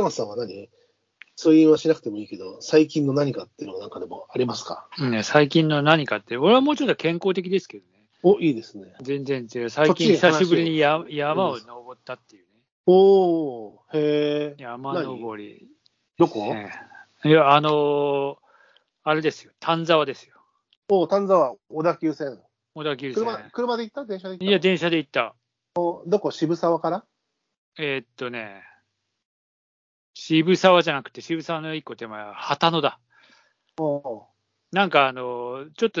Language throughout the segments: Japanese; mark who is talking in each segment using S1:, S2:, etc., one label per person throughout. S1: 本さんは何そういうはしなくてもいいけど、最近の何かっていうのはなんかでもありますか
S2: うんね、最近の何かって、俺はもうちょっと健康的ですけどね。
S1: お、いいですね。
S2: 全然違う。最近久しぶりにや山を登ったっていうね。
S1: おー、へえ。
S2: 山登り。
S1: どこ、
S2: ねいや、あのーあれですよ。丹沢ですよ。
S1: お、丹沢、小田急線。
S2: 小田急線。
S1: 車、車で行った電車で行った
S2: いや、電車で行った。
S1: おどこ渋沢から
S2: えーっとね、渋沢じゃなくて、渋沢の一個手前は旗野だ。
S1: お
S2: なんかあの、ちょっと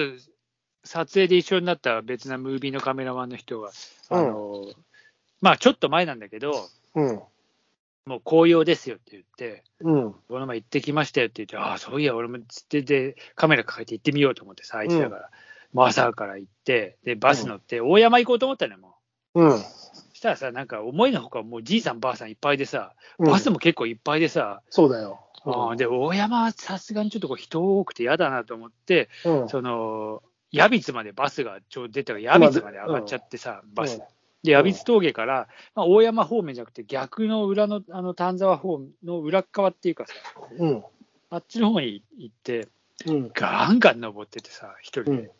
S2: 撮影で一緒になった別なムービーのカメラマンの人が、あの、まあちょっと前なんだけど、
S1: うん。
S2: もう紅葉ですよって言って、
S1: うん。
S2: この前行ってきましたよって言って、ああ、そういや、俺もつってで、カメラ抱えて行ってみようと思ってさ、あいつだから、もう朝から行って、で、バス乗って、大山行こうと思ったのよ、もう。
S1: うん。
S2: そしたらさ、なんか思いのほか、もうじいさんばあさんいっぱいでさ、バス
S1: も、
S2: も結構いっぱいでさ、
S1: そうだよ。
S2: うん、で、大山はさすがにちょっとこう人多くて嫌だなと思って、
S1: うん。
S2: その、矢光までバスがちょうど出たから、矢光まで上がっちゃってさ、バス。で、矢光峠から、まあ、大山方面じゃなくて、逆の裏の、あの、丹沢方の裏っ側っていうかさ、
S1: うん。
S2: あっちの方に行って、
S1: うん。
S2: ガンガン登っててさ、一人
S1: う
S2: で、
S1: ん。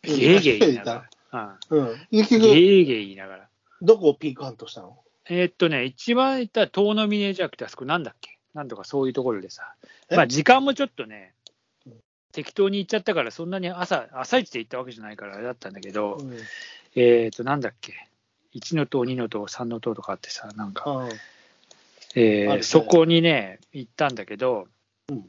S2: ゲーゲー言いながら、
S1: うん。結
S2: うん、ゲ
S1: 局、
S2: ーゲー言いながら。
S1: どこをピークハントしたの
S2: えーっとね、一番行ったら遠野峰じゃなくて、あそこなんだっけなんとかそういうところでさ。
S1: え
S2: まあ時間もちょっとね
S1: うん、
S2: 適当に行っちゃったから、そんなに朝、朝一で行ったわけじゃないからあれだったんだけど、
S1: うん。
S2: えーっと、なんだっけ。1の塔、2の塔、3の塔とかあってさ、なんか、
S1: あ
S2: え
S1: ある
S2: ー
S1: ね
S2: そこにね、行ったんだけど、
S1: うん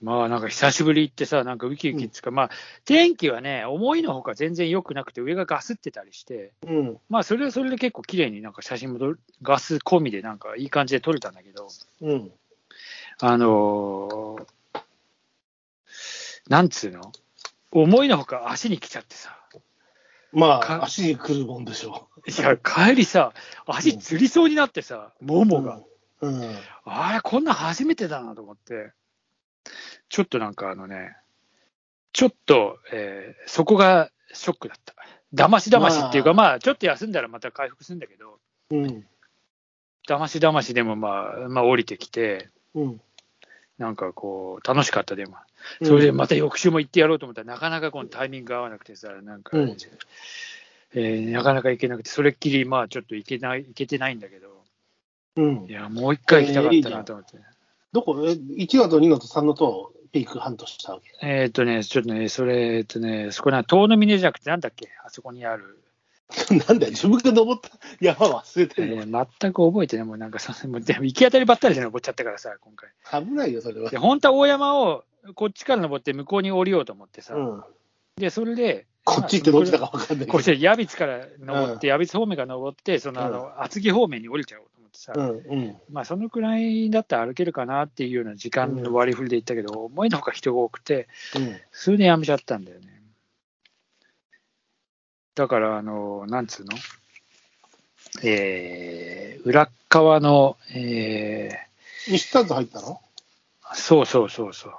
S2: まあなんか久しぶり行ってさ、なんかウキウキっつうか、まあ天気はね、思いのほか全然良くなくて、上がガスってたりして、
S1: うん。
S2: まあ、それはそれで結構綺麗になんか写真も撮るガス込みでなんかいい感じで撮れたんだけど、
S1: うん。
S2: あのーなんつうの思いのほか足に来ちゃってさ。
S1: まあ、
S2: か
S1: 足に来るもんでしょ
S2: いや、帰りさ、足つりそうになってさ、も
S1: う。
S2: もが。。
S1: うん。
S2: あれ、こんなん初めてだなと思って。ちょっとなんかあのね、ちょっと、えーそこがショックだった。だましだましっていうか、まあ、ちょっと休んだらまた回復するんだけど、
S1: うん。
S2: だましだましでも、まあ、まあ、降りてきて、
S1: うん。
S2: なんかこう、楽しかったでも、それでまた翌週も行ってやろうと思ったら、なかなかこのタイミングが合わなくてさ、なんか、
S1: うん
S2: えーなかなか行けなくて、それっきり、まあ、ちょっと行けない、行けてないんだけど、
S1: うん
S2: い。や、もう一回行きたかったなと思って。
S1: どこえ ?1 のと2のと3のとピークハントしたわけ。
S2: えーっとね、ちょっとね、それ、えーっとね、そこな、遠野峰じゃなくて、なんだっけ、あそこにある、
S1: なんだよ、自分が登った山忘れ
S2: え
S1: てるの、
S2: ー全く覚えてね、もうなんか、そのもうでも行き当たりばったりで登っちゃったからさ、今回。
S1: 危ないよ、それは
S2: で、。本当は大山を、こっちから登って、向こうに降りようと思ってさ、
S1: うん、
S2: で、それで、
S1: こっち行ってどっちだ
S2: か。
S1: か分かんないけ
S2: こ
S1: ど
S2: っ。ちで、矢光から登って、矢光方面から登って、その、あの、厚木方面に降りちゃおうと思ってさ、
S1: うんうん、
S2: まあ、そのくらいだったら歩けるかなっていうような時間の割り振りで行ったけど、思いのほか人が多くて、
S1: うん
S2: それでやめちゃったんだよね。だから、あの、なんつうのえー、裏っ側の、え
S1: 西丹津入ったの
S2: ー、そうそうそうそう。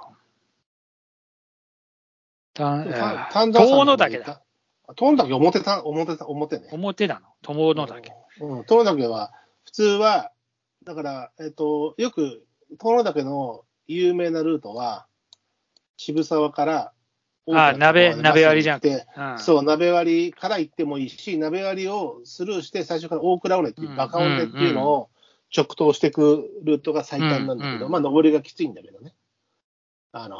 S2: たんえ
S1: た
S2: ー
S1: 丹沢山
S2: 遠
S1: の方に
S2: 野岳
S1: 行っ
S2: だ。
S1: た。遠野岳表た、表た、表ね。
S2: 表なの。友野岳。
S1: うん、遠野岳は、普通は、だから、えっ、と、よく、遠野岳の有名なルートは、渋沢から、
S2: あ鍋鍋割りじゃん
S1: て。
S2: うん、
S1: そう、鍋割りから行ってもいいし、鍋割りをスルーして、最初から大倉尾根っていうう、
S2: ん
S1: バカ尾根っていうのを直通していくルートが最短なんだけ
S2: うんう
S1: ど、
S2: ん
S1: まあ、登りがきついんだけどね。あのー、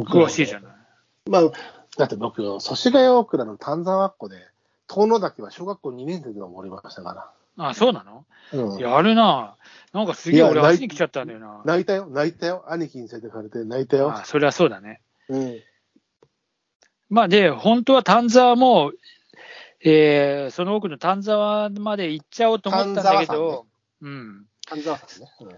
S1: 大倉尾根
S2: 詳しいじゃない。
S1: まあ、だって僕、祖師ヶ谷大倉の丹沢っ子で、遠野岳は小学校2年生で登りましたか
S2: あ、そうなの
S1: ら。うん。
S2: やるな。なんかすげえ
S1: いや
S2: 俺
S1: ない
S2: 足に来ちゃったんだよな。
S1: 泣いたよ、泣いたよ。兄貴に連れてかれて泣いたよ
S2: あ。それはそうだね。
S1: うん。
S2: まあで、本当は丹沢も、えーその奥の丹沢まで行っちゃおうと思ったんだけ
S1: 丹沢
S2: ど、うん。
S1: 丹沢さんね。うん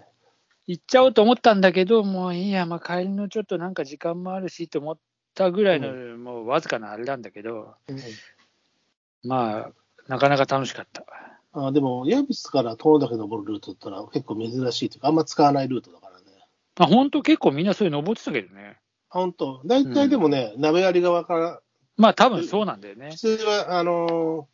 S2: 行っちゃおうと思ったんだけど、もういいや、まあ帰りのちょっとなんか時間もあるしと思ったぐらいの、
S1: う
S2: もうわずかなあれなんだけど、
S1: うん
S2: まあ、なかなか楽しかった。
S1: あでも、矢スから遠野岳登るルートってのは結構珍しいというか、あんま使わないルートだからね。
S2: まあ本当結構みんなそういう登ってたけどね。
S1: 本当、大体でもね、鍋割り側から、
S2: まあ多分そうなんだよね
S1: 普。通は、あの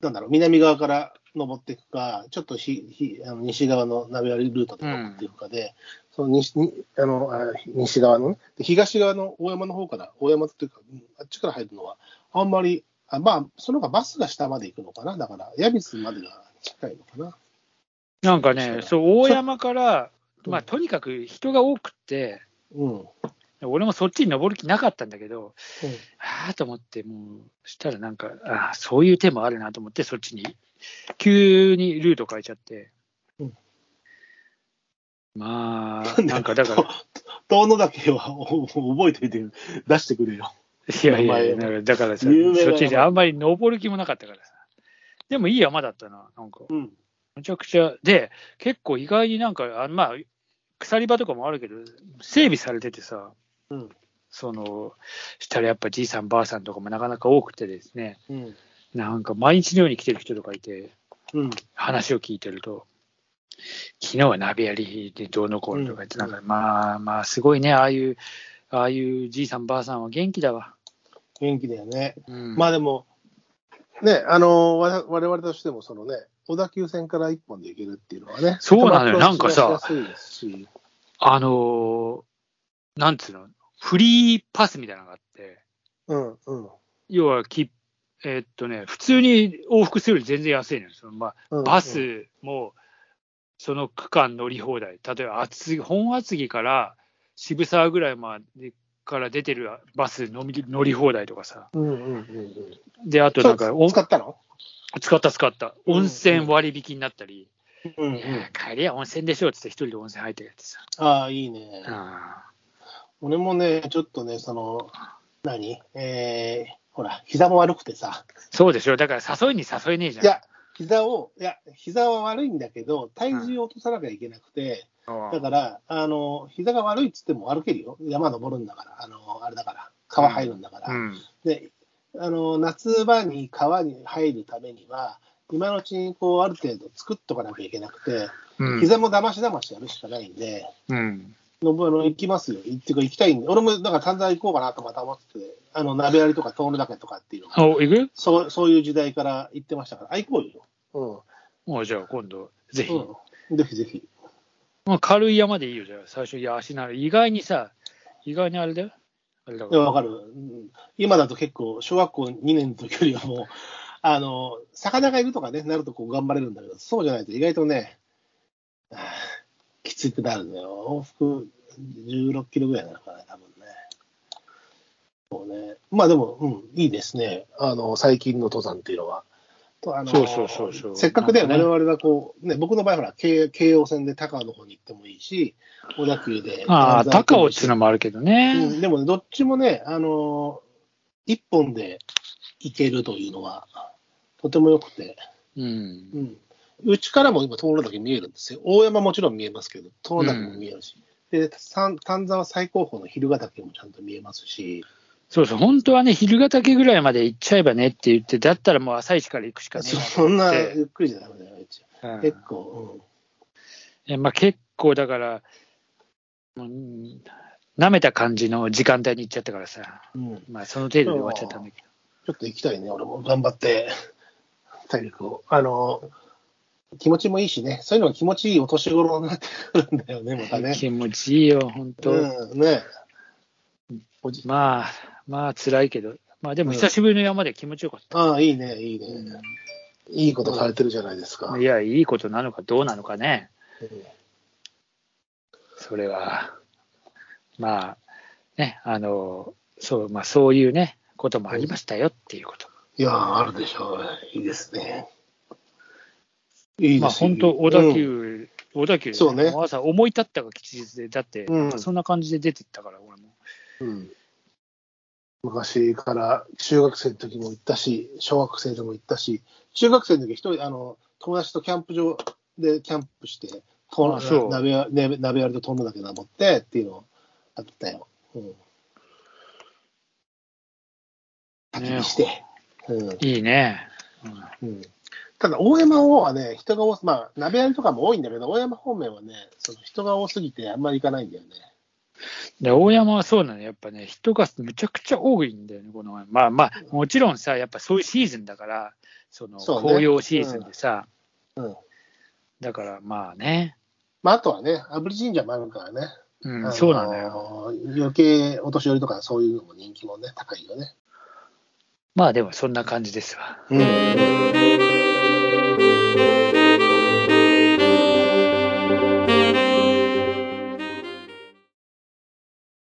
S1: なんだろう、南側から登っていくか、ちょっとひひあの西側のナビアリルートで登っていくかで、その西にあのあ西側のね、で東側の大山の方から、大山っていうか、うんあっちから入るのは、あんまり、あまあ、その方がバスが下まで行くのかな、だから、矢光までが近いのかな。
S2: なんか
S1: そう
S2: ね
S1: で、す
S2: そう、大山から、
S1: うん
S2: まあ、とにかく人が多くて、
S1: うん。
S2: 俺もそっちに登る気なかったんだけど、ああと思って、もう、したらなんか、ああ、そういう手もあるなと思って、そっちに、急にルート変えちゃって。
S1: うん
S2: まあ、なんかだから
S1: と、遠野岳は お覚えておいて出してくれよ。
S2: いやいやい や、
S1: 名前
S2: だ
S1: を
S2: からだからさ、
S1: 有名な
S2: そっち
S1: 名
S2: で
S1: 前
S2: あんまり登る気もなかったからさ。でもいい山だったな、なんか。
S1: うん。
S2: めちゃくちゃ。で、結構意外になんか、あまあ、鎖場とかもあるけど、整備されててさ、
S1: うん。
S2: その、したらやっぱじいさんばあさんとかもなかなか多くてですね、
S1: うん。
S2: なんか毎日のように来てる人とかいて、
S1: うん。
S2: 話を聞いてると、昨日は鍋やりでどうのこうのとか言って、
S1: うん
S2: なんか、まあまあ、すごいね、ああいう、ああいうじいさんばあさんは元気だわ。
S1: 元気だよね。
S2: うん、
S1: まあでも、ね、あの、わ我々としても、そのね、小田急線から一本で行けるっていうのはね、
S2: そうなの
S1: と
S2: よ
S1: てもアプローチ
S2: なんか
S1: しやすいですし、
S2: あのーなんつうの、フリーパスみたいなのがあって、
S1: うん、うん
S2: 要はき、えーっとね、普通に往復するより全然安いのよ。そのま
S1: う
S2: あ、
S1: ん。
S2: バスもその区間乗り放題、例えば厚木本厚木から渋沢ぐらいまでから出てるバス乗り乗り放題とかさ、
S1: うん、うん、うんうん。
S2: で、あとなんか、
S1: そう
S2: お
S1: 使ったの
S2: 使った使った、
S1: うん
S2: 温泉割引になったり、
S1: うん、うん
S2: いや。帰りは温泉でしょっつって、一人で温泉入ってるやつさ。
S1: ああ、いいね。
S2: あ
S1: 俺もね、ちょっとね、その、何えー、ほら、膝も悪くてさ、
S2: ーそうでしょ、だから誘いに誘えねえじゃん。
S1: いや、膝を、いや、膝は悪いんだけど、体重を落とさなきゃいけなくて、
S2: うん
S1: だから、あの、膝が悪いっつっても歩けるよ。山登るんだから、あの、あれだから、川入るんだから。
S2: うん、
S1: で、あの、夏場に川に入るためには、今のうちにこう、ある程度作っとかなきゃいけなくて、
S2: うん、
S1: 膝もだましだましやるしかないんで、
S2: うん、
S1: 登るの行きますよ。行ってか行きたいんで、俺もなんか短大行こうかなとまた思ってて、あの、鍋割りとか、トールだけとかっていうのが、
S2: お、行く
S1: そう、そういう時代から行ってましたから、あ、行こうよ。うん。
S2: おじゃあ今度、ぜひ。
S1: うん、ぜひぜひ。
S2: まあ、軽い山でいいよ、じゃあ。最初、いや、足なる。意外にさ、意外にあれだよ。あれだ
S1: い
S2: か
S1: や、
S2: ら。
S1: わかる。うん今だと結構、小学校2年の時よりはもう、 あの、魚がいるとかね、なるとこう頑張れるんだけど、そうじゃないと意外とね、あーきつくなるのよ。往復16キロぐらいなのかな、多分ね。そうね。まあでも、うん、いいですね。あの、最近の登山っていうのは。とあの
S2: そうそうそうそう
S1: せっかくで、
S2: なんかね
S1: 我々がこう、ね、僕の場合ほら、京京王線で高尾の方に行ってもいいし、小田急で。
S2: ああ、
S1: 金沢
S2: 高尾っ
S1: 行
S2: ていうのもあるけどね。
S1: うん、でもね、どっちもね、あのー一本で行けるというのは、とても良くて、
S2: うん。
S1: うん。うちからも今、灯籠岳見えるんですよ。大山もちろん見えますけど、灯籠岳も見えるし。で、丹丹沢最高峰の昼ヶ岳もちゃんと見えますし、
S2: そうそう、本当はね、昼ヶ岳ぐらいまで行っちゃえばねって言って、だったらもう朝一から行くしかね
S1: そんな
S2: で
S1: ゆっくりじゃダメだよ、うち。
S2: えな。
S1: 結構、
S2: うんえまあ、結構、だから、もううん舐めた感じの時間帯に行っちゃったからさ、
S1: うん。うん。ち
S2: まあ、その程度で終わっちゃったんだけ
S1: ょ
S2: ど。
S1: っと行きたいね、俺も。頑張って、体力を。あのー気持ちもいいしね、そういうのが気持ちいいお年頃になってくるんだよね、また ね。
S2: 気持ちいいよ、本当。
S1: うん、ねおじ
S2: まあ、まあ、辛いけど、まあ、でも久しぶりの山で気持ちよかった。
S1: ああ、いいね、いいね。いいことされてるじゃないですか。
S2: いや、いいことなのかどうなのかね、
S1: うん
S2: それは。まあ、ね、あの、そう、まあ、そういうね、こともありましたよっていうこと。
S1: いやー、あるでしょう。いいですね。いいです
S2: まあ、本当、小田急、小田急、
S1: そうね
S2: 朝思い立ったが吉日で、だって、
S1: うん
S2: まあそんな感じで出てったから、俺も。
S1: うんうん昔から中学生の時も行ったし、小学生でも行ったし、中学生の時一人、あの、友達とキャンプ場でキャンプして、と
S2: あそう
S1: 鍋や鍋鍋割りと飛んだだけ登ってっていうのあったよ。うん。焚き火して。うん。
S2: いいね。
S1: うんただ、大山の方はね、人が多す、まあ、鍋屋とかも多いんだけど、大山方面はね、その人が多すぎてあんまり行かないんだよね。
S2: で、大山はそうなの、やっぱね、人がむちゃくちゃ多いんだよね、この前まあまあ、もちろんさ、やっぱそういうシーズンだから、その
S1: そうね
S2: 紅葉シーズンでさ、
S1: うん。
S2: だからまあね、
S1: まあ、あとはね、炙り神社もあるからね。
S2: う
S1: あ
S2: ん、
S1: の
S2: そうなんだよ。
S1: 余計お年寄りとかそういうのも人気もね、高いよね。
S2: まあでもそんな感じですわ。
S1: うん。